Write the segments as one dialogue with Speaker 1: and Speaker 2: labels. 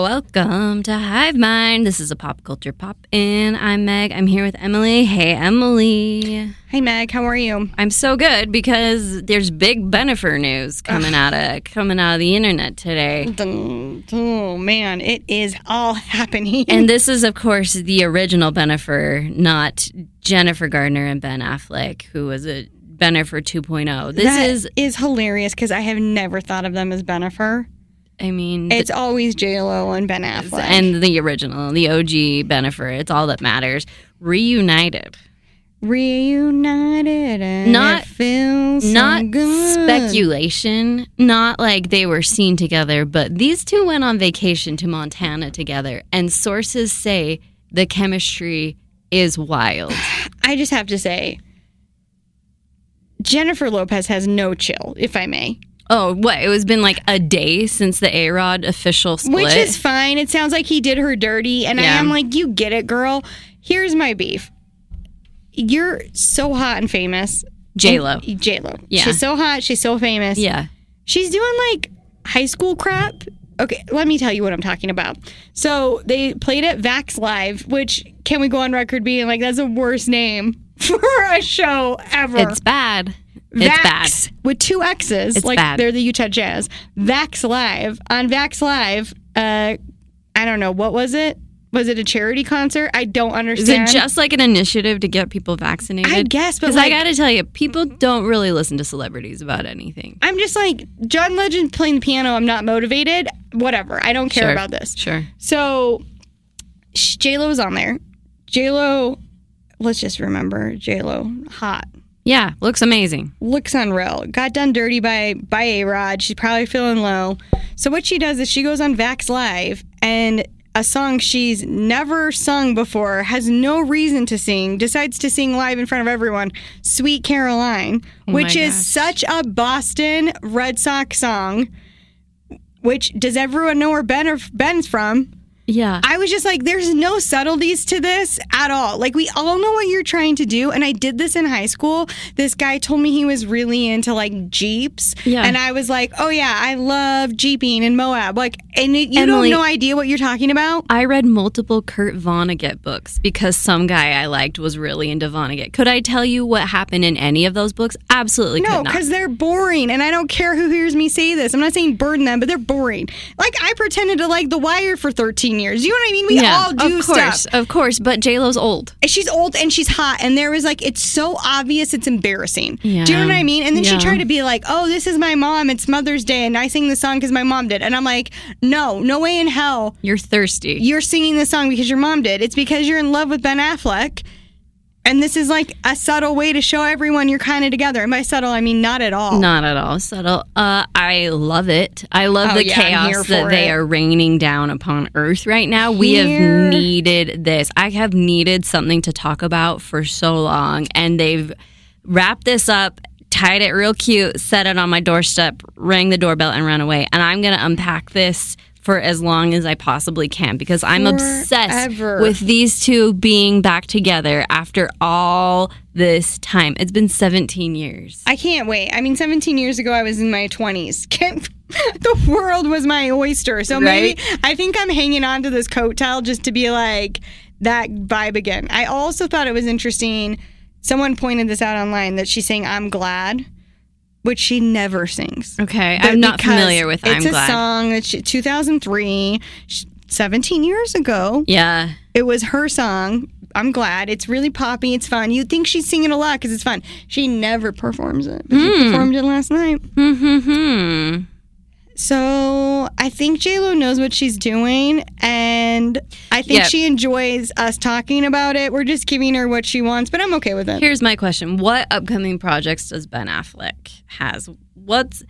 Speaker 1: Welcome to Hive Mind. This is a pop culture pop in. I'm Meg. I'm here with Emily. Hey, Emily.
Speaker 2: Hey Meg, how are you?
Speaker 1: I'm so good because there's big Benefer news coming out of coming out of the internet today.
Speaker 2: Mm-hmm. Dun- Oh man, it is all happening.
Speaker 1: And this is, of course, the original Benefer, not Jennifer Gardner and Ben Affleck, who was a Benefer 2.0. This
Speaker 2: That
Speaker 1: is,
Speaker 2: is hilarious because I have never thought of them as Benifer.
Speaker 1: I mean,
Speaker 2: It's always J Lo and Ben Affleck.
Speaker 1: and the original, the OG Benefer. It's all that matters. Reunited.
Speaker 2: reunited and
Speaker 1: Not-
Speaker 2: it feels so
Speaker 1: not
Speaker 2: good.
Speaker 1: speculation, not like they were seen together, but these two went on vacation to Montana together, and sources say the chemistry is wild.
Speaker 2: I just have to say, Jennifer Lopez has no chill, if I may,
Speaker 1: oh, what? It was been like a day since the A Rod official split.
Speaker 2: which is fine. It sounds like he did her dirty, and
Speaker 1: Yeah.
Speaker 2: I am like, you get it, girl. Here's my beef. You're so hot and famous.
Speaker 1: J Lo.
Speaker 2: J Lo.
Speaker 1: Yeah.
Speaker 2: She's so hot. She's so famous.
Speaker 1: Yeah.
Speaker 2: She's doing like high school crap. Okay, let me tell you what I'm talking about. So they played at Vax Live, which can we go on record being like that's the worst name for a show ever?
Speaker 1: It's bad. It's bad.
Speaker 2: Vax with two X's.
Speaker 1: It's
Speaker 2: like
Speaker 1: bad.
Speaker 2: they're the Utah Jazz. Vax Live on Vax Live. Uh, I don't know what was it. Was it a charity concert? I don't
Speaker 1: Is it
Speaker 2: understand.
Speaker 1: just like an initiative to get people vaccinated?
Speaker 2: I guess, but
Speaker 1: Because I
Speaker 2: like,
Speaker 1: got to tell you, people don't really listen to celebrities about anything.
Speaker 2: I'm just like John Legend playing the piano. I'm not motivated. Whatever. I don't care
Speaker 1: Sure.
Speaker 2: about this.
Speaker 1: Sure.
Speaker 2: So J Lo was on there. J Lo, let's just remember J Lo, hot,
Speaker 1: Yeah. Looks amazing.
Speaker 2: looks unreal. Got done dirty by by A Rod. She's probably feeling low. So what she does is she goes on Vax Live and a song she's never sung before, has no reason to sing, decides to sing live in front of everyone, Sweet Caroline,
Speaker 1: Oh
Speaker 2: which
Speaker 1: my
Speaker 2: is
Speaker 1: gosh.
Speaker 2: such a Boston Red Sox song. Which does everyone know where Ben or Ben's from?
Speaker 1: Yeah.
Speaker 2: I was just like, there's no subtleties to this at all. Like, we all know what you're trying to do. And I did this in high school. This guy told me he was really into like Jeeps.
Speaker 1: Yeah.
Speaker 2: And I was like, oh, yeah, I love Jeeping and Moab. Like, and you don't
Speaker 1: Emily-
Speaker 2: have no idea what you're talking about.
Speaker 1: I read multiple Kurt Vonnegut books because some guy I liked was really into Vonnegut. Could I tell you what happened in any of those books? Absolutely
Speaker 2: No,
Speaker 1: could not.
Speaker 2: because they're boring, and I don't care who hears me say this. I'm not saying burden them, but they're boring. Like I pretended to like The Wire for 13 years. You know what I mean? We all do
Speaker 1: of course,
Speaker 2: stuff.
Speaker 1: of course. But J Lo's old.
Speaker 2: And she's old and she's hot and there was like it's so obvious it's embarrassing do you
Speaker 1: Yeah.
Speaker 2: know what i mean and then
Speaker 1: Yeah.
Speaker 2: she tried to be like oh this is my mom it's mother's day and i sing the song because my mom did and i'm like no no way in hell
Speaker 1: You're thirsty.
Speaker 2: you're singing this song because your mom did it's because you're in love with ben affleck and this is like a subtle way to show everyone you're kind of together and by subtle i mean not at all
Speaker 1: not at all subtle. Uh, I love it. I love
Speaker 2: Oh,
Speaker 1: the
Speaker 2: yeah, I'm here
Speaker 1: chaos that
Speaker 2: for
Speaker 1: they
Speaker 2: it.
Speaker 1: are raining down upon Earth right now. We
Speaker 2: Here.
Speaker 1: have needed this. I have needed something to talk about for so long, and they've wrapped this up, tied it real cute, set it on my doorstep, rang the doorbell, and ran away. And I'm gonna unpack this. For as long as I possibly can, because I'm obsessed
Speaker 2: Forever.
Speaker 1: with these two being back together after all this time. It's been 17 years.
Speaker 2: I can't wait. I mean, 17 years ago, I was in my 20s. Can't- the world was my oyster. So maybe I think I'm hanging on to this coattail just to be like that vibe again. I also thought it was interesting. Someone pointed this out online that she sang "I'm Glad," which she never sings.
Speaker 1: Okay,
Speaker 2: But
Speaker 1: I'm not
Speaker 2: because
Speaker 1: familiar with I'm
Speaker 2: it's
Speaker 1: Glad.
Speaker 2: a song that she, 2003, sh- 17 years ago.
Speaker 1: Yeah,
Speaker 2: It was her song. I'm glad. It's really poppy. It's fun. You'd think she's singing a lot because it's fun. She never performs it, but she performed it last night.
Speaker 1: Mm-hmm.
Speaker 2: So I think J Lo knows what she's doing, and I think
Speaker 1: Yep.
Speaker 2: she enjoys us talking about it. We're just giving her what she wants, but I'm okay with it.
Speaker 1: Here's my question: What upcoming projects does Ben Affleck has? What's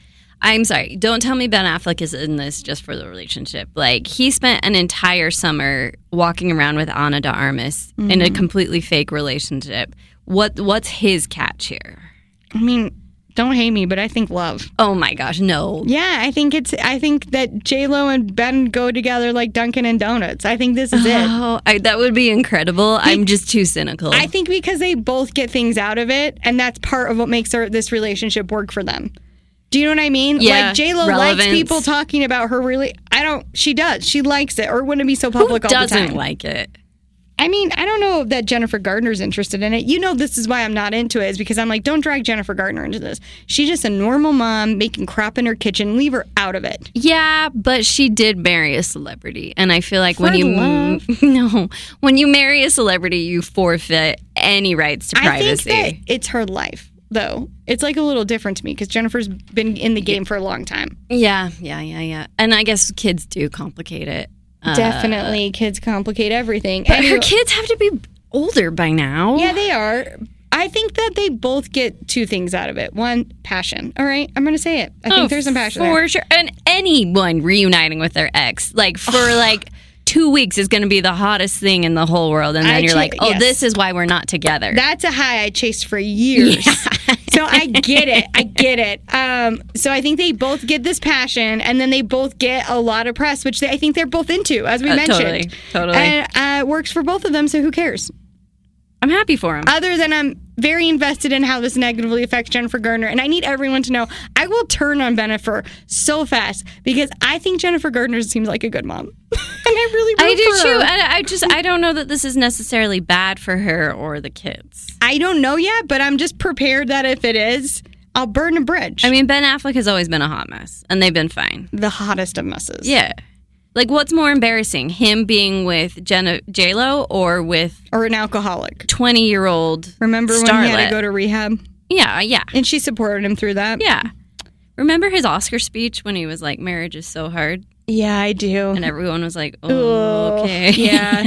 Speaker 1: I'm sorry, don't tell me Ben Affleck is in this just for the relationship. Like he spent an entire summer walking around with Ana de Armas in a
Speaker 2: Mm-hmm.
Speaker 1: completely fake relationship. What what's his catch here?
Speaker 2: I mean, don't hate me, but I think love.
Speaker 1: Oh my gosh, no.
Speaker 2: Yeah, I think it's. I think that J Lo and Ben go together like Dunkin' and Donuts. I think this is it.
Speaker 1: Oh, I, that would be incredible. I'm just too cynical.
Speaker 2: I think because they both get things out of it, and that's part of what makes our, this relationship work for them. Do you know what I mean?
Speaker 1: Yeah,
Speaker 2: Like J Lo likes
Speaker 1: relevance.
Speaker 2: people talking about her. Really, I don't. She does. She likes it, or wouldn't it be so
Speaker 1: Who
Speaker 2: public all the time?
Speaker 1: doesn't like it?
Speaker 2: I mean, I don't know that Jennifer Gardner's interested in it. You know, this is why I'm not into it, is because I'm like, don't drag Jennifer Gardner into this. She's just a normal mom making crap in her kitchen. Leave her out of it.
Speaker 1: Yeah, but she did marry a celebrity, and I feel like when
Speaker 2: For
Speaker 1: you
Speaker 2: love.
Speaker 1: no, when you marry a celebrity, you forfeit any rights to privacy.
Speaker 2: I think that it's her life, though. It's like a little different to me because Jennifer's been in the game for a long time.
Speaker 1: yeah, yeah, yeah, yeah. And I guess kids do complicate it. Uh,
Speaker 2: Definitely, kids complicate everything.
Speaker 1: but her
Speaker 2: Anyway-
Speaker 1: kids have to be older by now.
Speaker 2: Yeah, they are. I think that they both get two things out of it. One, passion. All right, I'm going to say it. I
Speaker 1: Oh,
Speaker 2: think there's some passion.
Speaker 1: for
Speaker 2: there.
Speaker 1: sure. And anyone reuniting with their ex, like for like. Two weeks is going to be the hottest thing in the whole world, and then
Speaker 2: I
Speaker 1: you're
Speaker 2: ca-
Speaker 1: like, "Oh,
Speaker 2: yes.
Speaker 1: this is why we're not together."
Speaker 2: That's a high I chased for years. so I get it. I get it. Um, so I think they both get this passion, and then they both get a lot of press, which they, I think they're both into, as we
Speaker 1: Uh,
Speaker 2: mentioned.
Speaker 1: totally, totally.
Speaker 2: And uh, it works for both of them, so who cares?
Speaker 1: I'm happy for him.
Speaker 2: Other than I'm very invested in how this negatively affects Jennifer Gardner, and I need everyone to know I will turn on Bennifer so fast because I think Jennifer Gardner seems like a good mom, and I really root
Speaker 1: I do
Speaker 2: for
Speaker 1: too.
Speaker 2: her.
Speaker 1: And I just I don't know that this is necessarily bad for her or the kids.
Speaker 2: I don't know yet, but I'm just prepared that if it is, I'll burn a bridge.
Speaker 1: I mean, Ben Affleck has always been a hot mess, and they've been fine.
Speaker 2: the hottest of messes.
Speaker 1: Yeah. Like, what's more embarrassing, him being with Jenna J Lo or with
Speaker 2: Or an alcoholic.
Speaker 1: twenty year old?
Speaker 2: Remember when he had
Speaker 1: Starlet.
Speaker 2: to go to rehab?
Speaker 1: Yeah, yeah,
Speaker 2: And she supported him through that.
Speaker 1: yeah. Remember his Oscar speech when he was like, "Marriage is so hard,"
Speaker 2: Yeah, I do.
Speaker 1: and everyone was like,
Speaker 2: Ooh,
Speaker 1: "Oh, okay,
Speaker 2: yeah.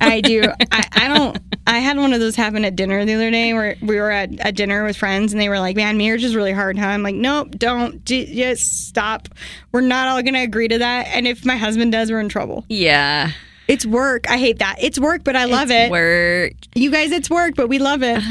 Speaker 2: I do. I, I don't. I had one of those happen at dinner the other day where we were at a dinner with friends and they were like, man, marriage is really hard, huh? I'm like, nope, don't. J- just stop. We're not all going to agree to that. And if my husband does, we're in trouble.
Speaker 1: yeah."
Speaker 2: It's work. I hate that. It's work, but I love
Speaker 1: It's
Speaker 2: it.
Speaker 1: Work. Uh-huh.
Speaker 2: You guys, it's work, but we love it.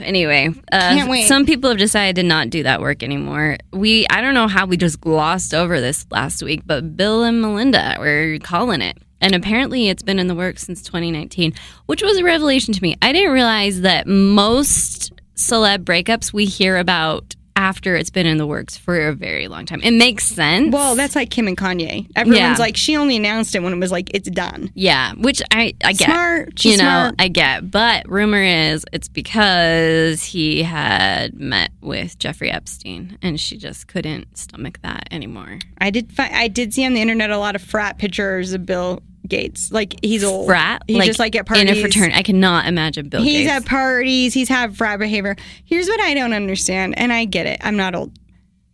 Speaker 1: Anyway, uh,
Speaker 2: Can't wait.
Speaker 1: some people have decided to not do that work anymore. We, I don't know how we just glossed over this last week, but Bill and Melinda were calling it. And apparently, it's been in the works since 2019, which was a revelation to me. I didn't realize that most celeb breakups we hear about after it's been in the works for a very long time. It makes sense.
Speaker 2: Well, that's like Kim and Kanye. Everyone's
Speaker 1: Yeah.
Speaker 2: like, she only announced it when it was like, it's done.
Speaker 1: yeah, which I, I get.
Speaker 2: Smart. She's
Speaker 1: you know,
Speaker 2: smart.
Speaker 1: I get. But rumor is it's because he had met with Jeffrey Epstein and she just couldn't stomach that anymore.
Speaker 2: I did. Fi- I did see on the internet a lot of frat pictures of Bill Gates. Like he's old.
Speaker 1: Frat,
Speaker 2: He's just like at parties.
Speaker 1: in a fraternity. I cannot imagine Bill
Speaker 2: He's
Speaker 1: Gates.
Speaker 2: at parties. He's had frat behavior. Here's what I don't understand, and I get it. I'm not old.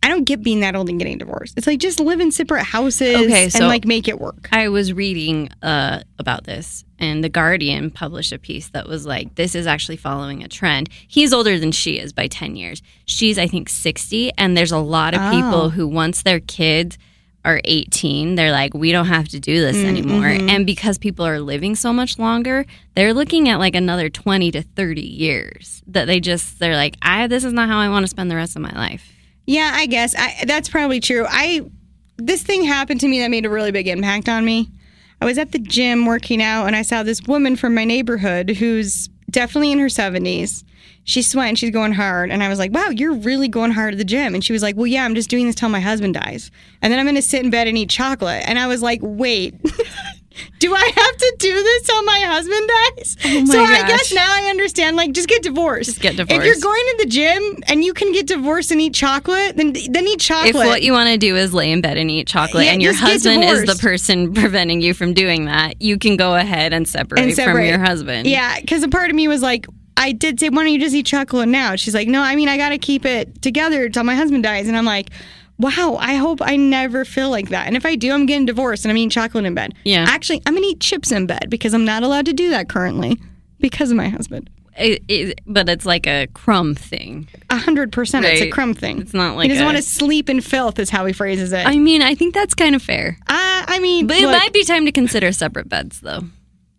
Speaker 2: I don't get being that old and getting divorced. It's like just live in separate houses
Speaker 1: Okay, so-
Speaker 2: and like make it work.
Speaker 1: I was reading uh, about this, and The Guardian published a piece that was like, this is actually following a trend. He's older than she is by 10 years. She's, I think, 60. And there's a lot of
Speaker 2: Oh.
Speaker 1: people who, once their kids are 18, they're like, we don't have to do this anymore. And because people are living so much longer, they're looking at like another 20 to 30 years that they just, they're like, I, this is not how I want to spend the rest of my life.
Speaker 2: Yeah, I guess I, that's probably true. I this thing happened to me that made a really big impact on me. I was at the gym working out and I saw this woman from my neighborhood who's definitely in her 70s. She's sweating, she's going hard. And I was like, wow, you're really going hard at the gym. And she was like, well, yeah, I'm just doing this till my husband dies. And then I'm going to sit in bed and eat chocolate. And I was like, wait, do I have to do this till my husband dies?
Speaker 1: Oh my
Speaker 2: so I
Speaker 1: gosh.
Speaker 2: guess now I understand. Like, just get divorced.
Speaker 1: Just get
Speaker 2: If you're
Speaker 1: divorced.
Speaker 2: going to the gym and you can get divorced and eat chocolate, then then eat chocolate.
Speaker 1: If what you want to do is lay in bed and eat chocolate,
Speaker 2: Yeah,
Speaker 1: and your
Speaker 2: just get
Speaker 1: husband is the
Speaker 2: divorced.
Speaker 1: person preventing you from doing that, you can go ahead and separate,
Speaker 2: And separate.
Speaker 1: from your husband.
Speaker 2: yeah, because a part of me was like, I did say, why don't you just eat chocolate now? She's like, no, I mean, I got to keep it together till my husband dies. And I'm like, wow, I hope I never feel like that. And if I do, I'm getting divorced and I'm eating chocolate in bed.
Speaker 1: Yeah.
Speaker 2: Actually, I'm going to eat chips in bed because I'm not allowed to do that currently because of my husband.
Speaker 1: It- it- but it's like a crumb thing.
Speaker 2: A 100%. It's a
Speaker 1: Right.
Speaker 2: crumb thing.
Speaker 1: It's not
Speaker 2: he
Speaker 1: like.
Speaker 2: doesn't
Speaker 1: a-
Speaker 2: want to sleep in filth, is how he phrases it. I,
Speaker 1: I mean, I think that's kind of fair.
Speaker 2: I mean,
Speaker 1: But it
Speaker 2: look,
Speaker 1: might be time to consider separate beds, though.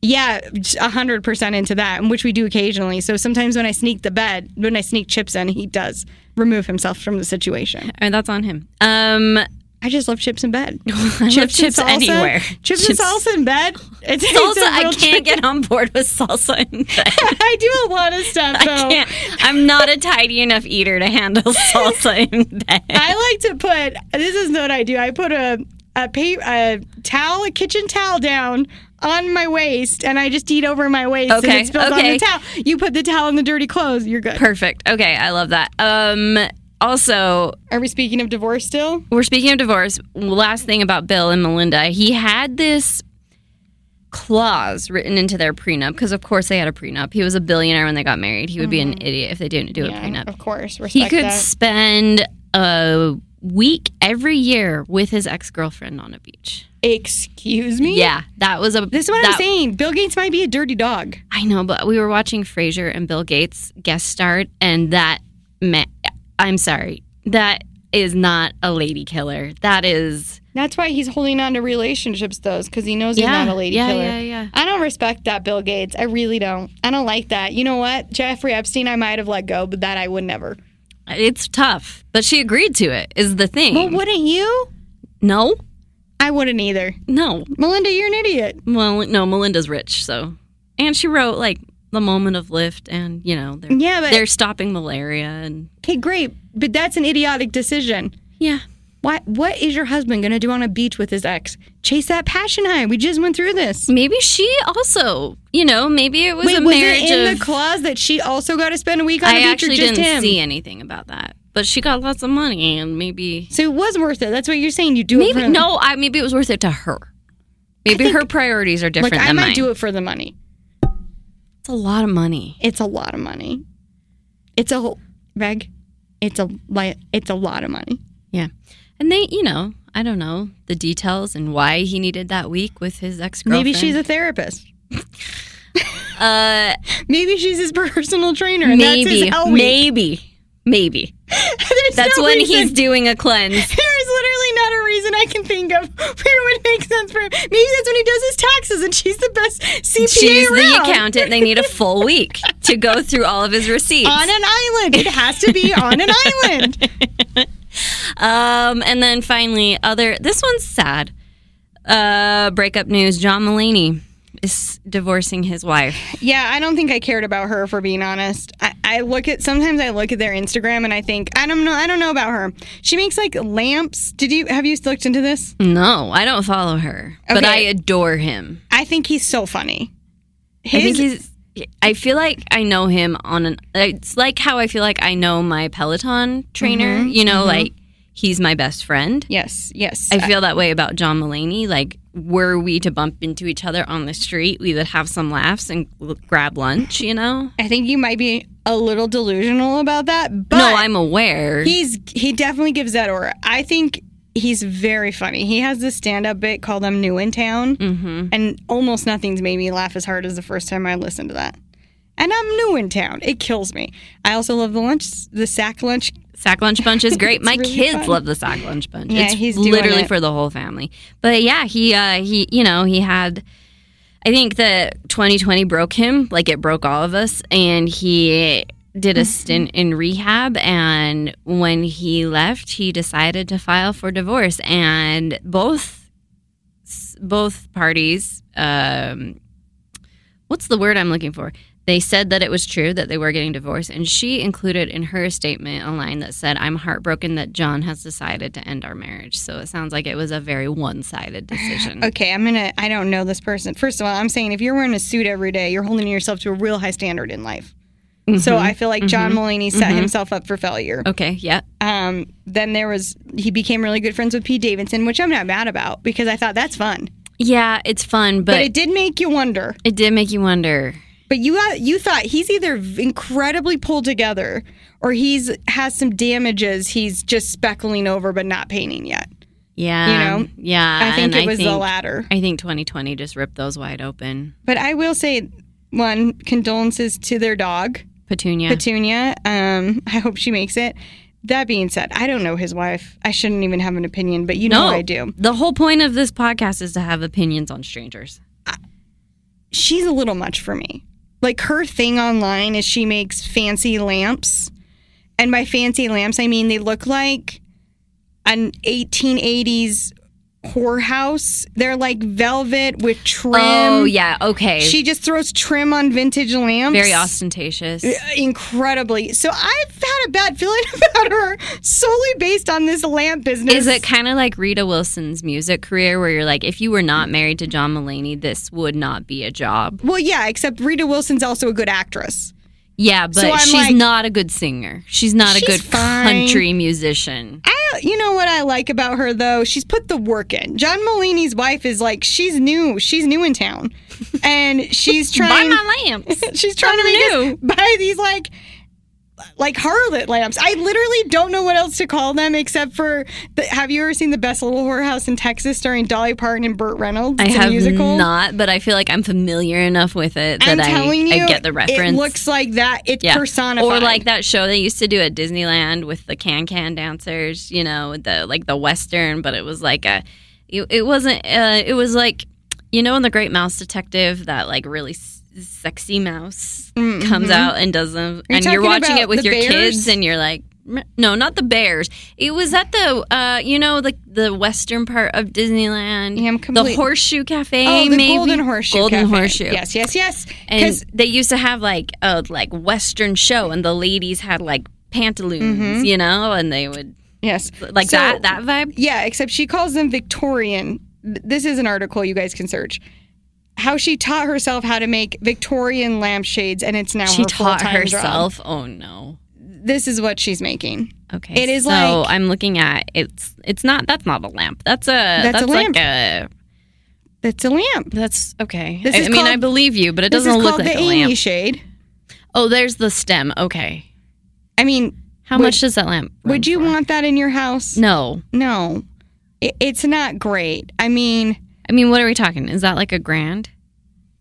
Speaker 2: Yeah, a hundred percent into that, which we do occasionally. So sometimes when I sneak the bed, when I sneak chips in, he does remove himself from the situation.
Speaker 1: All right, that's on him. Um,
Speaker 2: I just love chips in bed.
Speaker 1: I love chips
Speaker 2: and salsa.
Speaker 1: anywhere.
Speaker 2: Chips, and salsa in bed. It's, it's a
Speaker 1: Salsa, I
Speaker 2: real
Speaker 1: can't
Speaker 2: trip.
Speaker 1: get on board with salsa. In bed.
Speaker 2: I do a lot of stuff
Speaker 1: I
Speaker 2: though.
Speaker 1: can't. I'm not a tidy enough eater to handle salsa in bed.
Speaker 2: I like to put this is what I do. I put a a, pa- a towel, a kitchen towel down on my waist, and I just eat over my waist, and
Speaker 1: Okay,
Speaker 2: it spills on
Speaker 1: okay.
Speaker 2: the towel. You put the towel in the dirty clothes, you're good.
Speaker 1: Perfect. Okay, I love that. Um. Also,
Speaker 2: Are we speaking of divorce still?
Speaker 1: we're speaking of divorce. Last thing about Bill and Melinda, he had this clause written into their prenup because, of course, they had a prenup. He was a billionaire when they got married. He would be
Speaker 2: Mm-hmm.
Speaker 1: an idiot if they didn't do a prenup.
Speaker 2: of course.
Speaker 1: He
Speaker 2: Respect
Speaker 1: could
Speaker 2: that.
Speaker 1: spend a week every year with his ex girlfriend on a beach.
Speaker 2: Excuse me.
Speaker 1: Yeah, that was a.
Speaker 2: This is what
Speaker 1: that,
Speaker 2: I'm saying. Bill Gates might be a dirty dog.
Speaker 1: I know, but we were watching Frasier and Bill Gates guest starred, and that meant. I'm sorry. That is not a lady killer. That is.
Speaker 2: That's why he's holding on to relationships, though, because he knows he's
Speaker 1: yeah,
Speaker 2: not a lady
Speaker 1: yeah,
Speaker 2: killer.
Speaker 1: yeah, yeah.
Speaker 2: I don't respect that, Bill Gates. I really don't. I don't like that. You know what? Jeffrey Epstein, I might have let go, but that I would never.
Speaker 1: It's tough, but she agreed to it. Is the thing?
Speaker 2: Well, wouldn't you?
Speaker 1: No,
Speaker 2: I wouldn't either.
Speaker 1: no.
Speaker 2: Melinda, you're an idiot.
Speaker 1: Well, no. Melinda's rich, so and she wrote like the moment of lift, and you know they're
Speaker 2: Yeah, but
Speaker 1: they're stopping malaria and
Speaker 2: okay, great. But that's an idiotic decision.
Speaker 1: yeah.
Speaker 2: Why, what is your husband going to do on a beach with his ex? Chase that passion high. We just went through this.
Speaker 1: Maybe she also, you know, maybe it was
Speaker 2: Wait,
Speaker 1: a
Speaker 2: was
Speaker 1: marriage
Speaker 2: it in
Speaker 1: of.
Speaker 2: the clause that she also got to spend a week on
Speaker 1: I
Speaker 2: the beach
Speaker 1: actually
Speaker 2: or just
Speaker 1: didn't
Speaker 2: him?
Speaker 1: see anything about that, but she got lots of money and maybe
Speaker 2: So it was worth it. That's what you're saying. You do it for
Speaker 1: maybe
Speaker 2: him.
Speaker 1: no, I maybe it was worth it to her. Maybe her priorities are different
Speaker 2: Like I
Speaker 1: than
Speaker 2: might
Speaker 1: mine.
Speaker 2: do it for the money.
Speaker 1: It's a lot of money.
Speaker 2: It's a lot of money. It's a whole Meg. It's a li- it's a lot of money.
Speaker 1: Yeah. And they, you know, I don't know the details and why he needed that week with his ex girlfriend.
Speaker 2: Maybe she's a therapist.
Speaker 1: uh,
Speaker 2: Maybe she's his personal trainer. And that's
Speaker 1: maybe,
Speaker 2: his L week.
Speaker 1: maybe, maybe.
Speaker 2: There's
Speaker 1: That's
Speaker 2: no
Speaker 1: when
Speaker 2: reason-
Speaker 1: he's doing a cleanse.
Speaker 2: There is literally not a reason I can think of where it would make sense for him. Maybe that's when he does his taxes, and she's the best CPA
Speaker 1: She's the
Speaker 2: around.
Speaker 1: accountant. They need a full week to go through all of his receipts.
Speaker 2: On an island, it has to be on an island.
Speaker 1: Um, and then finally, other this one's sad. Uh, breakup news: John Mulaney is divorcing his wife.
Speaker 2: Yeah, I don't think I cared about her for being honest. I, I look at sometimes I look at their Instagram and I think I don't know I don't know about her. She makes like lamps. Did you have you looked into this?
Speaker 1: No, I don't follow her, but
Speaker 2: Okay.
Speaker 1: I adore him.
Speaker 2: I think he's so funny.
Speaker 1: I think
Speaker 2: His
Speaker 1: he's. I feel like I know him on an. It's like how I feel like I know my Peloton trainer.
Speaker 2: Mhm,
Speaker 1: you know, like he's my best friend.
Speaker 2: yes, yes.
Speaker 1: mm-hmm. I feel that way about John Mulaney. Like, were we to bump into each other on the street, we would have some laughs and l- grab lunch. You know.
Speaker 2: I think you might be a little delusional about that, but
Speaker 1: no, I'm aware.
Speaker 2: he's he definitely gives that aura. I think he's very funny. He has this stand-up bit called "I'm New in Town,"
Speaker 1: mm-hmm.
Speaker 2: and almost nothing's made me laugh as hard as the first time I listened to that. And I'm new in town. It kills me. I also love the lunch, the sack lunch.
Speaker 1: Sack lunch bunch is great.
Speaker 2: It's
Speaker 1: My
Speaker 2: really
Speaker 1: kids
Speaker 2: fun.
Speaker 1: love the sack lunch bunch.
Speaker 2: Yeah,
Speaker 1: it's
Speaker 2: he's doing
Speaker 1: literally
Speaker 2: it.
Speaker 1: for the whole family. But yeah, he uh he you know, he had I think that 2020 broke him, like it broke all of us and he did
Speaker 2: Mm-hmm.
Speaker 1: a stint in rehab and when he left, he decided to file for divorce and both both parties um what's the word I'm looking for? They said that it was true that they were getting divorced, and she included in her statement a line that said, I'm heartbroken that John has decided to end our marriage. So it sounds like it was a very one sided decision.
Speaker 2: Okay, I'm gonna. I don't know this person. First of all, I'm saying if you're wearing a suit every day, you're holding yourself to a real high standard in life. So I feel like John Mulaney set himself up for failure.
Speaker 1: Mm-hmm. Okay, yeah.
Speaker 2: Um, then there was he became really good friends with Pete Davidson, which I'm not mad about because I thought that's fun.
Speaker 1: Yeah, it's fun, but,
Speaker 2: But
Speaker 1: it,
Speaker 2: it did make you wonder.
Speaker 1: did make you wonder.
Speaker 2: But you got, you thought he's either incredibly pulled together or he's has some damages he's just speckling over but not painting yet.
Speaker 1: Yeah.
Speaker 2: You know,
Speaker 1: yeah.
Speaker 2: I think
Speaker 1: and
Speaker 2: it was the
Speaker 1: think-
Speaker 2: latter.
Speaker 1: I think 2020 just ripped those wide open.
Speaker 2: But I will say one condolences to their dog
Speaker 1: Petunia.
Speaker 2: Petunia. Um, I hope she makes it. That being said, I don't know his wife. I shouldn't even have an opinion, but you know
Speaker 1: no,
Speaker 2: I do.
Speaker 1: The whole point of this podcast is to have opinions on strangers.
Speaker 2: she's a little much for me. Like her thing online is she makes fancy lamps. And by fancy lamps, I mean they look like an 1880s whorehouse. They're like velvet with trim.
Speaker 1: Oh yeah, okay.
Speaker 2: She just throws trim on vintage lamps.
Speaker 1: Very ostentatious.
Speaker 2: Incredibly. So I've had a bad feeling about her solely based on this lamp business.
Speaker 1: Is it kind of like Rita Wilson's music career where you're like, if you were not married to John Mulaney, this would not be a job?
Speaker 2: Well, yeah, except Rita Wilson's also a good actress.
Speaker 1: Yeah, but
Speaker 2: So I'm
Speaker 1: she's
Speaker 2: like-
Speaker 1: not a good singer. She's not a
Speaker 2: She's
Speaker 1: good
Speaker 2: fine.
Speaker 1: country musician.
Speaker 2: I, you know what I like about her though? She's put the work in. John Mulaney's wife is like, she's new. She's new in town, and she's
Speaker 1: Buy
Speaker 2: trying.
Speaker 1: my lamps.
Speaker 2: she's trying to
Speaker 1: I'm
Speaker 2: make
Speaker 1: new.
Speaker 2: us buy these like like harlot lamps. I literally don't know what else to call them except for the, have you ever seen the best little whorehouse in Texas starring Dolly Parton and Burt Reynolds?
Speaker 1: I
Speaker 2: It's a
Speaker 1: have
Speaker 2: musical.
Speaker 1: not, but I feel like I'm familiar enough with it
Speaker 2: I'm
Speaker 1: that I,
Speaker 2: telling you,
Speaker 1: I get the reference.
Speaker 2: It looks like that. It's personified.
Speaker 1: Or like that show they used to do at Disneyland with the can can dancers, you know, with the like the western, but it was like a it, it wasn't uh, it was like you know in the Great Mouse Detective that like really s- sexy mouse
Speaker 2: Mhm.
Speaker 1: comes out and does them
Speaker 2: Are you
Speaker 1: and you're
Speaker 2: talking
Speaker 1: watching
Speaker 2: about
Speaker 1: it with
Speaker 2: the
Speaker 1: your kids
Speaker 2: bears?
Speaker 1: and you're like "Mm, no, not the bears. It was at the uh, you know the the western part of Disneyland,
Speaker 2: Yeah, I'm
Speaker 1: the
Speaker 2: complete-
Speaker 1: Horseshoe Cafe,
Speaker 2: Oh, the
Speaker 1: maybe
Speaker 2: Golden Horseshoe.
Speaker 1: Golden
Speaker 2: Cafe.
Speaker 1: Horseshoe.
Speaker 2: Yes, yes, yes.
Speaker 1: And
Speaker 2: 'Cause-
Speaker 1: they used to have like a like Western show, and the ladies had like pantaloons, you know, and they would
Speaker 2: yes,
Speaker 1: like
Speaker 2: Mm-hmm. So-
Speaker 1: that that vibe.
Speaker 2: Yeah, except she calls them Victorian. Th- This is an article you guys can search. How she taught herself how to make Victorian lampshades, and it's now
Speaker 1: She
Speaker 2: her
Speaker 1: taught
Speaker 2: full-time job.
Speaker 1: herself. Oh no.
Speaker 2: This is what she's making.
Speaker 1: Okay.
Speaker 2: It is
Speaker 1: so
Speaker 2: like-
Speaker 1: I'm looking at it's it's not that's not a lamp. That's a
Speaker 2: a
Speaker 1: that's,
Speaker 2: lamp.
Speaker 1: like a
Speaker 2: That's a lamp.
Speaker 1: that's okay.
Speaker 2: This
Speaker 1: I,
Speaker 2: is
Speaker 1: I mean I
Speaker 2: called-
Speaker 1: believe you, but it
Speaker 2: This
Speaker 1: doesn't
Speaker 2: is
Speaker 1: look
Speaker 2: called
Speaker 1: like
Speaker 2: the
Speaker 1: a
Speaker 2: Amy
Speaker 1: lamp.
Speaker 2: shade.
Speaker 1: Oh, there's the stem. Okay.
Speaker 2: I mean,
Speaker 1: How
Speaker 2: Would-
Speaker 1: much does that lamp? run
Speaker 2: would you
Speaker 1: for?
Speaker 2: want that in your house?
Speaker 1: No.
Speaker 2: No, It- it's not great. I mean,
Speaker 1: I mean, what are we talking? Is that like a grand?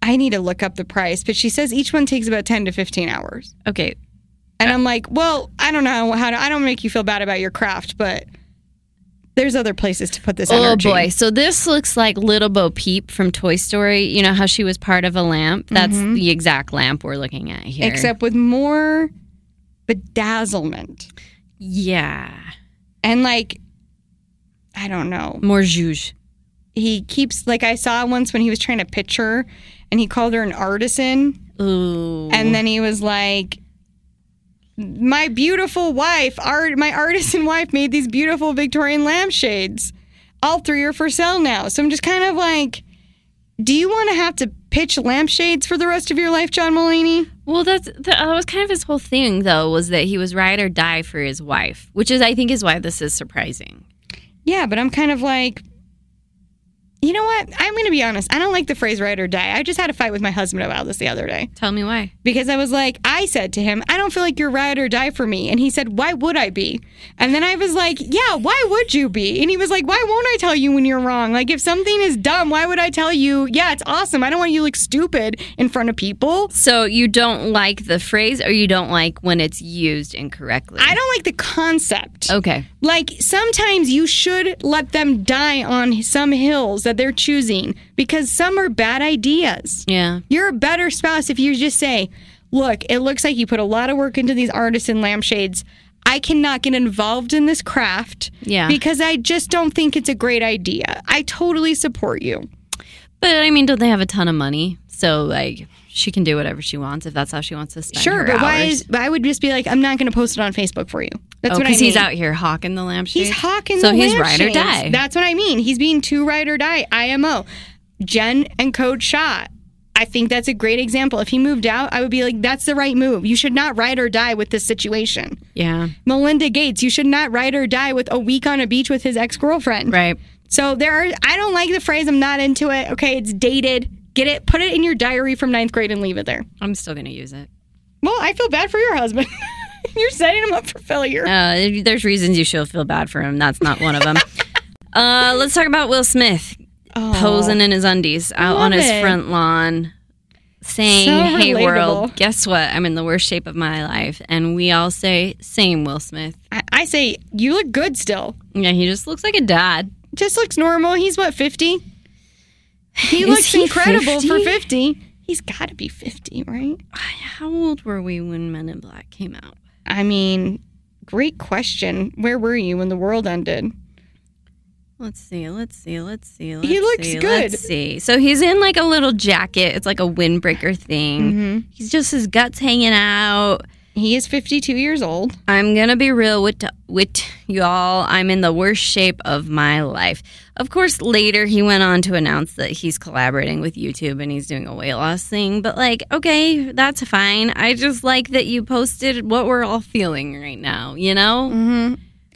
Speaker 2: I need to look up the price, but she says each one takes about ten to fifteen hours,
Speaker 1: Okay.
Speaker 2: and I'm like, well, I don't know how to. I don't make you feel bad about your craft, but there's other places to put this. energy.
Speaker 1: Oh boy! So this looks like Little Bo Peep from Toy Story. You know how she was part of a lamp. That's the exact lamp we're looking at here.
Speaker 2: Mm-hmm. except with more bedazzlement
Speaker 1: yeah,
Speaker 2: and like i don't know
Speaker 1: more zhuzh.
Speaker 2: he keeps like i saw once when he was trying to pitch her and he called her an artisan
Speaker 1: Ooh,
Speaker 2: and then he was like my beautiful wife art my artisan wife made these beautiful victorian lampshades all three are for sale now so i'm just kind of like do you want to have to pitch lampshades for the rest of your life john mulaney
Speaker 1: well, that's that was kind of his whole thing, though, was that he was ride or die for his wife, which is, I think, is why this is surprising.
Speaker 2: Yeah, but I'm kind of like, you know what? I'm going to be honest. I don't like the phrase ride or die. I just had a fight with my husband about this the other day
Speaker 1: Tell me why.
Speaker 2: because I was like, I said to him, I don't feel like you're ride or die for me. And he said, Why would I be? And then I was like, Yeah, why would you be? And he was like, Why won't I tell you when you're wrong? Like, if something is dumb, why would I tell you, Yeah, it's awesome. I don't want you to look stupid in front of people.
Speaker 1: So you don't like the phrase, or you don't like when it's used incorrectly.
Speaker 2: I don't like the concept.
Speaker 1: Okay.
Speaker 2: Like sometimes you should let them die on some hills that they're choosing because some are bad ideas.
Speaker 1: Yeah.
Speaker 2: You're a better spouse if you just say, "Look, it looks like you put a lot of work into these artisan lampshades. I cannot get involved in this craft
Speaker 1: Yeah.
Speaker 2: because I just don't think it's a great idea. I totally support you."
Speaker 1: But I mean, don't they have a ton of money? So like, she can do whatever she wants if that's how she wants to spend.
Speaker 2: Sure,
Speaker 1: her
Speaker 2: but why
Speaker 1: hours.
Speaker 2: is but I would just be like, "I'm not going to post it on Facebook for you." That's
Speaker 1: Oh,
Speaker 2: what I mean.
Speaker 1: because he's out here hawking the lampshade.
Speaker 2: He's hawking.
Speaker 1: So
Speaker 2: the
Speaker 1: he's
Speaker 2: lampshades.
Speaker 1: ride or die.
Speaker 2: That's what I mean. He's being too ride or die. IMO. Jen and Code shot. I think that's a great example. If he moved out, I would be like, that's the right move. You should not ride or die with this situation.
Speaker 1: yeah,
Speaker 2: Melinda Gates, you should not ride or die with a week on a beach with his ex girlfriend.
Speaker 1: right.
Speaker 2: So there are, I don't like the phrase, I'm not into it. Okay, it's dated. Get it, put it in your diary from ninth grade and leave it there.
Speaker 1: I'm still gonna use it.
Speaker 2: Well, I feel bad for your husband. You're setting him up for failure.
Speaker 1: Uh, there's reasons you should feel bad for him. That's not one of them. uh, let's talk about Will Smith posing in his undies out on his
Speaker 2: Oh. Love it.
Speaker 1: front lawn, saying,
Speaker 2: So
Speaker 1: "Hey
Speaker 2: relatable.
Speaker 1: world, guess what? I'm in the worst shape of my life." And we all say, "Same, Will Smith."
Speaker 2: I, I say, you look good still.
Speaker 1: Yeah, he just looks like a dad.
Speaker 2: just looks normal. He's what, 50? He
Speaker 1: Is
Speaker 2: looks
Speaker 1: he
Speaker 2: incredible for
Speaker 1: 50?
Speaker 2: 50. He's got to be 50, right?
Speaker 1: How old were we when Men in Black came out?
Speaker 2: I mean, great question. Where were you when the world ended?
Speaker 1: Let's see. Let's see. Let's see. Let's
Speaker 2: He looks
Speaker 1: see,
Speaker 2: good.
Speaker 1: Let's see. So he's in like a little jacket. It's like a windbreaker thing.
Speaker 2: Mm-hmm.
Speaker 1: He's just his guts hanging out.
Speaker 2: He is 52 years old.
Speaker 1: I'm gonna be real with with y'all. I'm in the worst shape of my life. Of course, later he went on to announce that he's collaborating with YouTube and he's doing a weight loss thing. But like, okay, that's fine. I just like that you posted what we're all feeling right now. You know,
Speaker 2: Mm-hmm.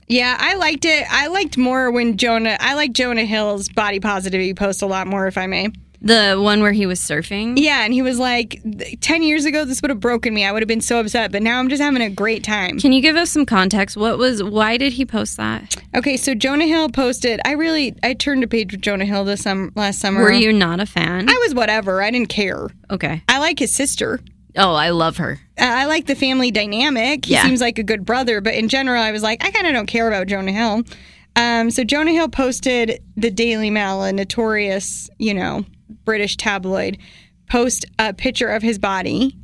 Speaker 2: Yeah, I liked it. I liked more when Jonah. I like Jonah Hill's body positivity post a lot more, if I may.
Speaker 1: the one where he was surfing.
Speaker 2: Yeah, and he was like, ten years ago, this would have broken me. I would have been so upset, but now I'm just having a great time.
Speaker 1: Can you give us some context? What was? Why did he post that?
Speaker 2: Okay, so Jonah Hill posted. I really, I turned a page with Jonah Hill this um, last summer.
Speaker 1: Were you not a fan?
Speaker 2: I was whatever. I didn't care.
Speaker 1: Okay.
Speaker 2: I like his sister.
Speaker 1: Oh, I love her.
Speaker 2: I I like the family dynamic. He
Speaker 1: Yeah.
Speaker 2: seems like a good brother, but in general, I was like, I kind of don't care about Jonah Hill. Um, so Jonah Hill posted the Daily Mail, a notorious, you know, British tabloid, post a picture of his body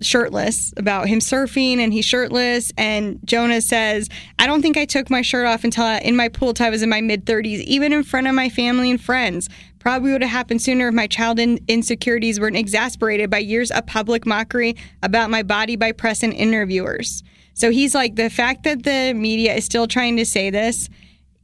Speaker 2: shirtless about him surfing and he's shirtless and Jonah says I don't think I took my shirt off until I, in my pool till I was in my mid 30s even in front of my family and friends probably would have happened sooner if my child in- insecurities weren't exasperated by years of public mockery about my body by press and interviewers so he's like the fact that the media is still trying to say this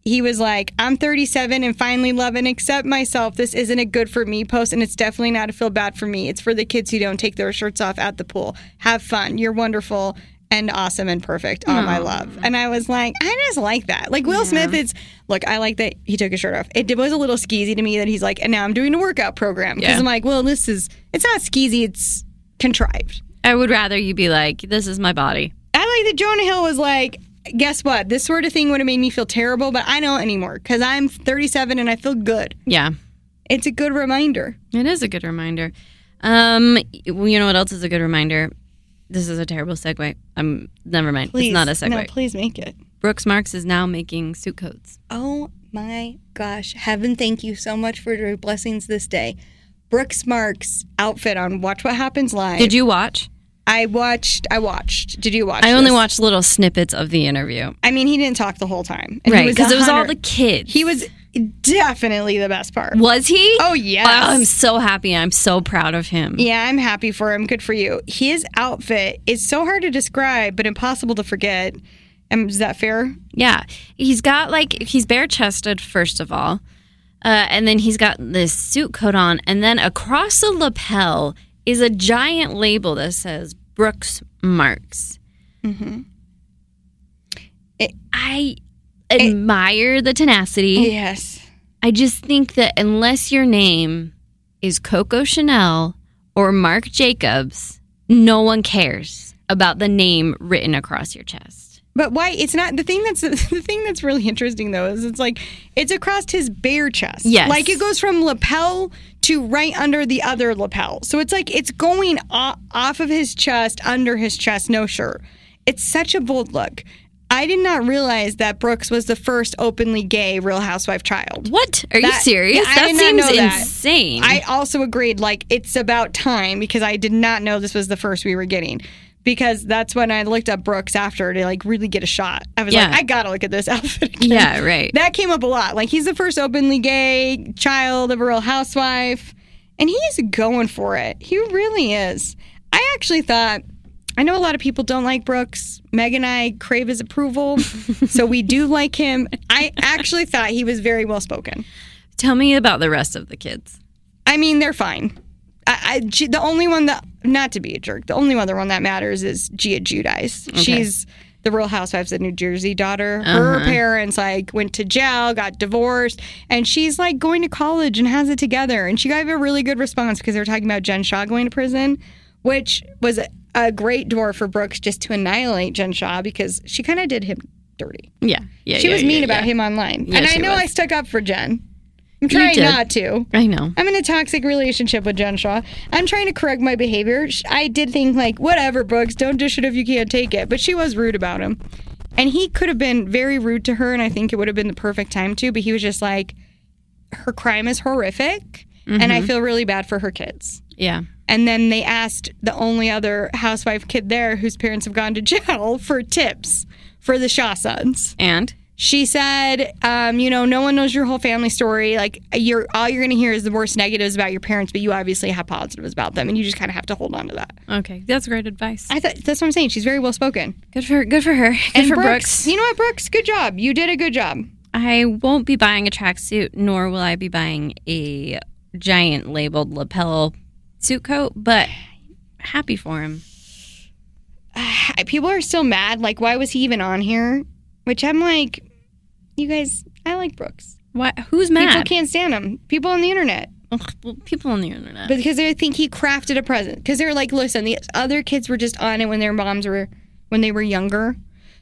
Speaker 2: he was like, I'm 37 and finally love and accept myself. This isn't a good for me post, and it's definitely not a feel bad for me. It's for the kids who don't take their shirts off at the pool. Have fun. You're wonderful and awesome and perfect. All my love. And I was like, I just like that. Like Will Smith, it's look, I like that he took his shirt off. It was a little skeezy to me that he's like, and now I'm doing a workout program. Because
Speaker 1: Yeah.
Speaker 2: I'm like, well, this is, it's not skeezy, it's contrived.
Speaker 1: I would rather you be like, "This is my body."
Speaker 2: I like that Jonah Hill was like, guess what? This sort of thing would have made me feel terrible, but I don't anymore because I'm 37 and I feel good.
Speaker 1: Yeah.
Speaker 2: It's a good reminder.
Speaker 1: It is a good reminder. Um, well, you know what else is a good reminder? This is a terrible segue. I'm never mind. It's
Speaker 2: Please.
Speaker 1: not a segue.
Speaker 2: No, please make it.
Speaker 1: Brooks Marks is now making suit coats.
Speaker 2: Oh my gosh. Heaven, thank you so much for your blessings this day. Brooks Mark's outfit on Watch What Happens Live.
Speaker 1: Did you watch?
Speaker 2: I watched. I watched. Did you watch?
Speaker 1: I only
Speaker 2: this?
Speaker 1: watched little snippets of the interview.
Speaker 2: I mean, he didn't talk the whole time. And he
Speaker 1: Right, because it was all the
Speaker 2: 100
Speaker 1: kids.
Speaker 2: He was definitely the best part.
Speaker 1: was he?
Speaker 2: Oh, yes.
Speaker 1: Wow, I'm so happy. I'm so proud of him.
Speaker 2: Yeah, I'm happy for him. Good for you. His outfit is so hard to describe, but impossible to forget. Um, is that fair?
Speaker 1: Yeah. He's got like he's bare chested first of all. Uh, and then he's got this suit coat on and then across the lapel is a giant label that says Brooks Marks.
Speaker 2: It-
Speaker 1: I admire the tenacity.
Speaker 2: Yes.
Speaker 1: I just think that unless your name is Coco Chanel or Marc Jacobs, no one cares about the name written across your chest.
Speaker 2: But why? It's not the thing that's the thing that's really interesting though is it's like it's across his bare chest.
Speaker 1: Yes.
Speaker 2: like it goes from lapel to right under the other lapel. So it's like it's going o- off of his chest, under his chest, no shirt. It's such a bold look. I did not realize that Brooks was the first openly gay Real Housewife child.
Speaker 1: What? Are you
Speaker 2: That-
Speaker 1: serious?
Speaker 2: yeah, I
Speaker 1: that
Speaker 2: did not
Speaker 1: seems
Speaker 2: know that.
Speaker 1: insane.
Speaker 2: I also agreed, like, it's about time because I did not know this was the first we were getting. Because that's when I looked up Brooks after to like really get a shot. I was
Speaker 1: Yeah.
Speaker 2: like, I gotta look at this outfit again.
Speaker 1: yeah, right.
Speaker 2: That came up a lot. Like he's the first openly gay child of a real housewife. And he's going for it. He really is. I actually thought I know a lot of people don't like Brooks. Meg and I crave his approval. so we do like him. I actually thought he was very well spoken.
Speaker 1: Tell me about the rest of the kids.
Speaker 2: I mean, they're fine. I, I she, the only one that not to be a jerk, the only other one that matters is Gia Judice. She's the Real Housewives of New Jersey daughter. Her
Speaker 1: Uh-huh.
Speaker 2: parents like went to jail, got divorced, and she's like going to college and has it together. And she got a really good response because they were talking about Jen Shaw going to prison, which was a, a great door for Brooks just to annihilate Jen Shaw because she kind of did him dirty.
Speaker 1: Yeah, yeah.
Speaker 2: She
Speaker 1: yeah,
Speaker 2: was
Speaker 1: yeah,
Speaker 2: mean
Speaker 1: yeah.
Speaker 2: about him online,
Speaker 1: Yeah,
Speaker 2: and I
Speaker 1: she
Speaker 2: know
Speaker 1: was.
Speaker 2: I stuck up for Jen. I'm trying
Speaker 1: did.
Speaker 2: not to.
Speaker 1: I know.
Speaker 2: I'm in a toxic relationship with Jen Shaw. I'm trying to correct my behavior. Sh- I did think like, whatever, Brooks, don't dish it if you can't take it. But she was rude about him, and he could have been very rude to her, and I think it would have been the perfect time to. But he was just like, her crime is horrific, and I feel really bad for her kids.
Speaker 1: Yeah.
Speaker 2: And then they asked the only other housewife kid there whose parents have gone to jail for tips for the Shaw sons.
Speaker 1: And
Speaker 2: She said, um, you know, no one knows your whole family story. Like, you're all you're going to hear is the worst negatives about your parents, but you obviously have positives about them, and you just kind of have to hold on to that.
Speaker 1: Okay, that's great advice.
Speaker 2: I thought that's what I'm saying. She's very well spoken.
Speaker 1: Good for good for her. Good
Speaker 2: And
Speaker 1: for
Speaker 2: Brooks,
Speaker 1: Brooks.
Speaker 2: you know what, Brooks? Good job. You did a good job.
Speaker 1: I won't be buying a tracksuit, nor will I be buying a giant labeled lapel suit coat, but happy for him.
Speaker 2: People are still mad. Like, why was he even on here? Which I'm like, you guys, I like Brooks.
Speaker 1: What? Who's
Speaker 2: People
Speaker 1: mad?
Speaker 2: can't stand him. People on the internet.
Speaker 1: Ugh, well, people on the internet.
Speaker 2: because they think he crafted a present. Because they're like, listen, the other kids were just on it when their moms were when they were younger.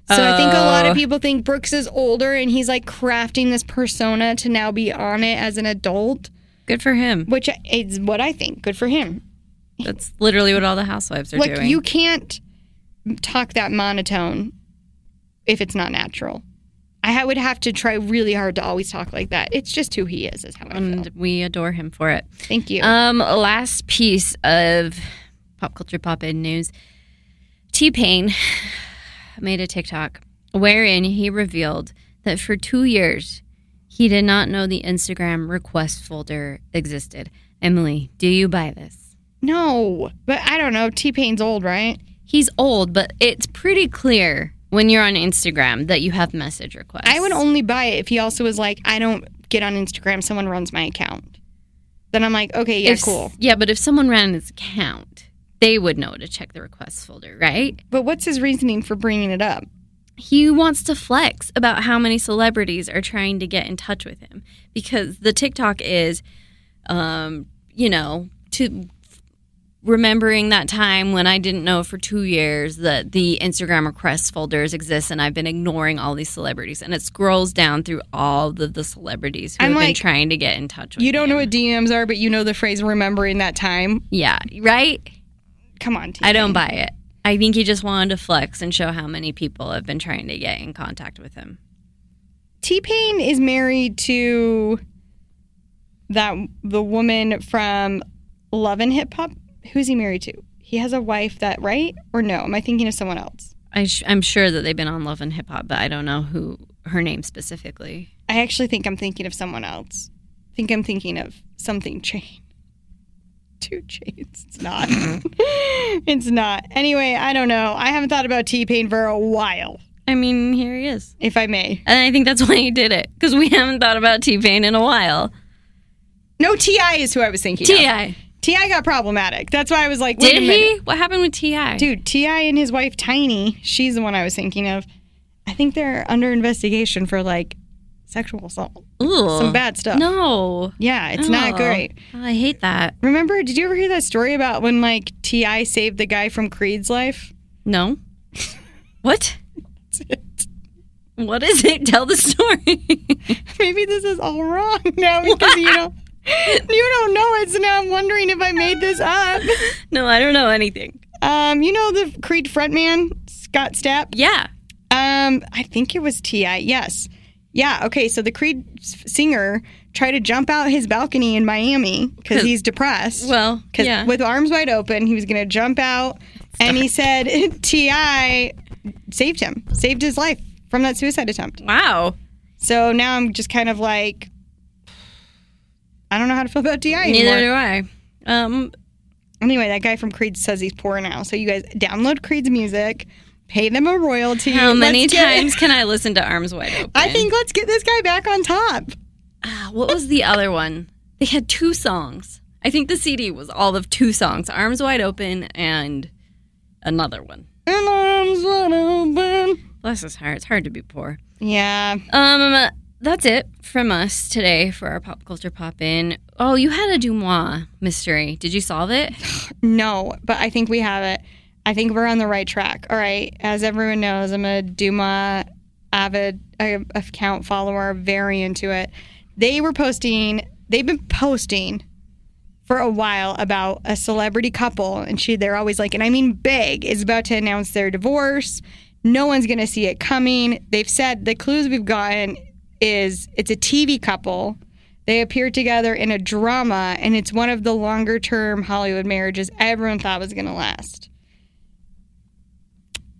Speaker 2: So I think a lot
Speaker 1: Oh.
Speaker 2: of people think Brooks is older and he's like crafting this persona to now be on it as an adult,
Speaker 1: Good for him.
Speaker 2: which is what I think. Good for him.
Speaker 1: That's literally what all the housewives are
Speaker 2: like
Speaker 1: doing.
Speaker 2: you can't talk that monotone if it's not natural. I ha- would have to try really hard to always talk like that. It's just who he is, is how I feel.
Speaker 1: and we adore him for it.
Speaker 2: Thank you.
Speaker 1: Um, last piece of pop culture pop in news. T Pain made a TikTok wherein he revealed that for two years he did not know the Instagram request folder existed. Emily, do you buy this?
Speaker 2: no, but I don't know. T Pain's old, right?
Speaker 1: He's old, but it's pretty clear when you're on Instagram that you have message requests.
Speaker 2: I would only buy it if he also was like, I don't get on Instagram, someone runs my account. Then I'm like, okay, yeah,
Speaker 1: If-
Speaker 2: cool.
Speaker 1: Yeah, but if someone ran his account, they would know to check the request folder, right?
Speaker 2: But what's his reasoning for bringing it up?
Speaker 1: he wants to flex about how many celebrities are trying to get in touch with him because the TikTok is, um, you know, to remembering that time when I didn't know for two years that the Instagram request folders exist and I've been ignoring all these celebrities and it scrolls down through all of the celebrities who
Speaker 2: I'm
Speaker 1: have been
Speaker 2: like,
Speaker 1: trying to get in touch with
Speaker 2: You don't know
Speaker 1: him.
Speaker 2: what DMs are, but you know the phrase remembering that time.
Speaker 1: yeah, right?
Speaker 2: Come on, T.
Speaker 1: I don't buy it. I think he just wanted to flex and show how many people have been trying to get in contact with him.
Speaker 2: T Pain is married to that the woman from Love and Hip Hop. Who's he married to? He has a wife that right or no? Am I thinking of someone else?
Speaker 1: I sh- I'm sure that they've been on Love and Hip Hop, but I don't know who her name specifically.
Speaker 2: I actually think I'm thinking of someone else. I think I'm thinking of something chain. Two chains. It's not. it's not. Anyway, I don't know. I haven't thought about T Pain for a while,
Speaker 1: I mean, here he is,
Speaker 2: if I may.
Speaker 1: and I think that's why he did it because we haven't thought about T Pain in a while.
Speaker 2: No, T.I. is who I was thinking of.
Speaker 1: Ti
Speaker 2: T.I. got problematic. That's why I was like, wait
Speaker 1: did
Speaker 2: a minute.
Speaker 1: he? What happened with Ti?
Speaker 2: Dude, T.I. and his wife Tiny, she's the one I was thinking of. I think they're under investigation for like sexual assault.
Speaker 1: Ooh.
Speaker 2: Some bad stuff.
Speaker 1: No,
Speaker 2: Yeah, it's not
Speaker 1: Oh.
Speaker 2: great.
Speaker 1: Oh, I hate that.
Speaker 2: Remember, did you ever hear that story about when like T.I. saved the guy from Creed's life?
Speaker 1: No. what? What is it? Tell the story.
Speaker 2: Maybe this is all wrong now because you don't you don't know it, so now I'm wondering if I made this up.
Speaker 1: no, I don't know anything.
Speaker 2: Um, you know the Creed frontman, Scott Stapp?
Speaker 1: Yeah.
Speaker 2: Um, I think it was T.I. Yes. Yeah, okay, so the Creed s- singer tried to jump out his balcony in Miami because he's depressed.
Speaker 1: Well,
Speaker 2: Because
Speaker 1: yeah.
Speaker 2: with arms wide open, he was going to jump out. And he said T.I. saved him, saved his life from that suicide attempt.
Speaker 1: wow.
Speaker 2: So now I'm just kind of like, I don't know how to feel about Ti anymore.
Speaker 1: Neither do I. Um,
Speaker 2: Anyway, that guy from Creed says he's poor now. So you guys download Creed's music, pay them a royalty.
Speaker 1: how
Speaker 2: Let's
Speaker 1: many
Speaker 2: get-
Speaker 1: times can I listen to Arms Wide Open?
Speaker 2: I think let's get this guy back on top.
Speaker 1: Ah, what was the other one? They had two songs. I think the CD was all of two songs Arms Wide Open and another one.
Speaker 2: And arms wide open.
Speaker 1: Bless his heart. It's hard to be poor.
Speaker 2: Yeah.
Speaker 1: Um, That's it from us today for our pop culture pop in. Oh, you had a Dumois mystery. Did you solve it?
Speaker 2: No, but I think we have it. I think we're on the right track. All right. As everyone knows, I'm a Duma avid uh, account follower, very into it. They were posting, they've been posting for a while about a celebrity couple, and she they're always like, and I mean big, is about to announce their divorce. No one's gonna see it coming. They've said the clues we've gotten is it's a TV couple. They appear together in a drama, and it's one of the longer term Hollywood marriages everyone thought was gonna last.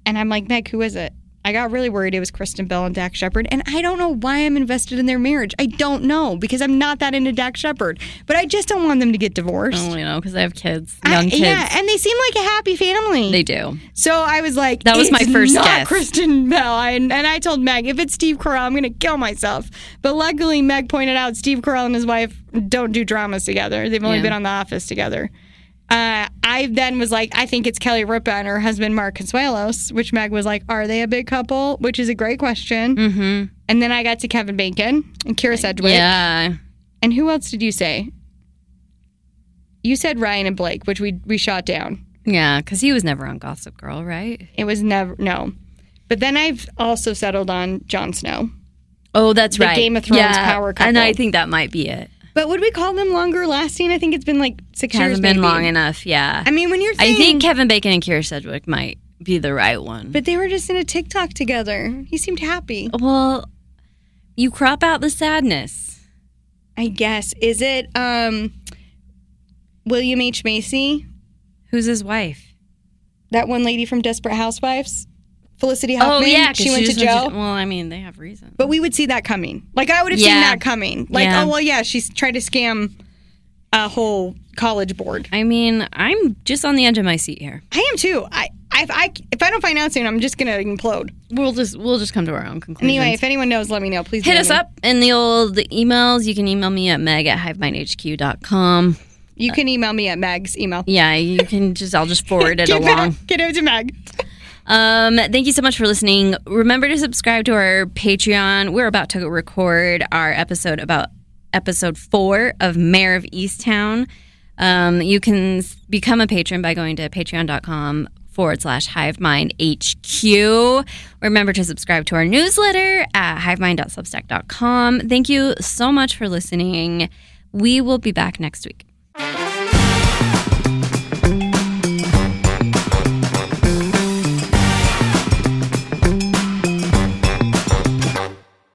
Speaker 2: And I'm like, Meg, who is it? I got really worried it was Kristen Bell and Dak Shepard, and I don't know why I'm invested in their marriage. I don't know because I'm not that into Dak Shepard, but I just don't want them to get divorced.
Speaker 1: Oh, you know, because they have kids,
Speaker 2: I-
Speaker 1: young kids.
Speaker 2: Yeah, and they seem like a happy family.
Speaker 1: They do.
Speaker 2: So I was like,
Speaker 1: That was my
Speaker 2: "It's
Speaker 1: first
Speaker 2: not
Speaker 1: guess."
Speaker 2: Kristen Bell, I, and I told Meg, if it's Steve Carell, I'm gonna kill myself. But luckily, Meg pointed out Steve Carell and his wife don't do dramas together. They've only
Speaker 1: Yeah.
Speaker 2: been on The Office together. Uh, I then was like, I think it's Kelly Ripa and her husband Mark Consuelos, which Meg was like, are they a big couple? Which is a great question.
Speaker 1: Mm-hmm.
Speaker 2: And then I got to Kevin Bacon and Kira Sedgwick.
Speaker 1: Yeah.
Speaker 2: And who else did you say? You said Ryan and Blake, which we we shot down.
Speaker 1: Yeah, because he was never on Gossip Girl, right?
Speaker 2: It was never no. But then I've also settled on Jon Snow.
Speaker 1: Oh, that's
Speaker 2: The
Speaker 1: right.
Speaker 2: Game of Thrones
Speaker 1: yeah.
Speaker 2: power
Speaker 1: And
Speaker 2: couple.
Speaker 1: I think that might be it.
Speaker 2: But would we call them longer lasting? I think it's been like six years.
Speaker 1: Hasn't been
Speaker 2: maybe.
Speaker 1: long enough. Yeah.
Speaker 2: I mean, when you're
Speaker 1: I
Speaker 2: thinking,
Speaker 1: think Kevin Bacon and Kira Sedgwick might be the right one.
Speaker 2: but they were just in a TikTok together. He seemed happy.
Speaker 1: well, you crop out the sadness.
Speaker 2: I guess is it um William H Macy,
Speaker 1: Who's his wife?
Speaker 2: that one lady from Desperate Housewives, Felicity Huffman.
Speaker 1: Oh, 'cause
Speaker 2: she went to
Speaker 1: just
Speaker 2: jail.
Speaker 1: well, I mean, they have reason.
Speaker 2: But we would see that coming. Like I would have seen
Speaker 1: Yeah.
Speaker 2: that coming. Like
Speaker 1: Yeah.
Speaker 2: oh well yeah, she's tried to scam a whole college board.
Speaker 1: I mean, I'm just on the edge of my seat here.
Speaker 2: I am too. I if I if I don't find out soon, I'm just gonna implode.
Speaker 1: We'll just we'll just come to our own conclusions.
Speaker 2: Anyway, if anyone knows, let me know. Please
Speaker 1: Hit
Speaker 2: DM
Speaker 1: us
Speaker 2: me.
Speaker 1: up in the old emails. You can email me at meg at hivemindhq.com.
Speaker 2: You can email me at Meg's email.
Speaker 1: Yeah, you can just, I'll just forward it
Speaker 2: Give
Speaker 1: along.
Speaker 2: It, get it to Meg.
Speaker 1: Um, thank you so much for listening. Remember to subscribe to our Patreon. We're about to record our episode about episode four of Mayor of Easttown. Um, you can s- become a patron by going to patreon.com forward slash hivemind HQ. Remember to subscribe to our newsletter at hivemind.substack.com. Thank you so much for listening. We will be back next week.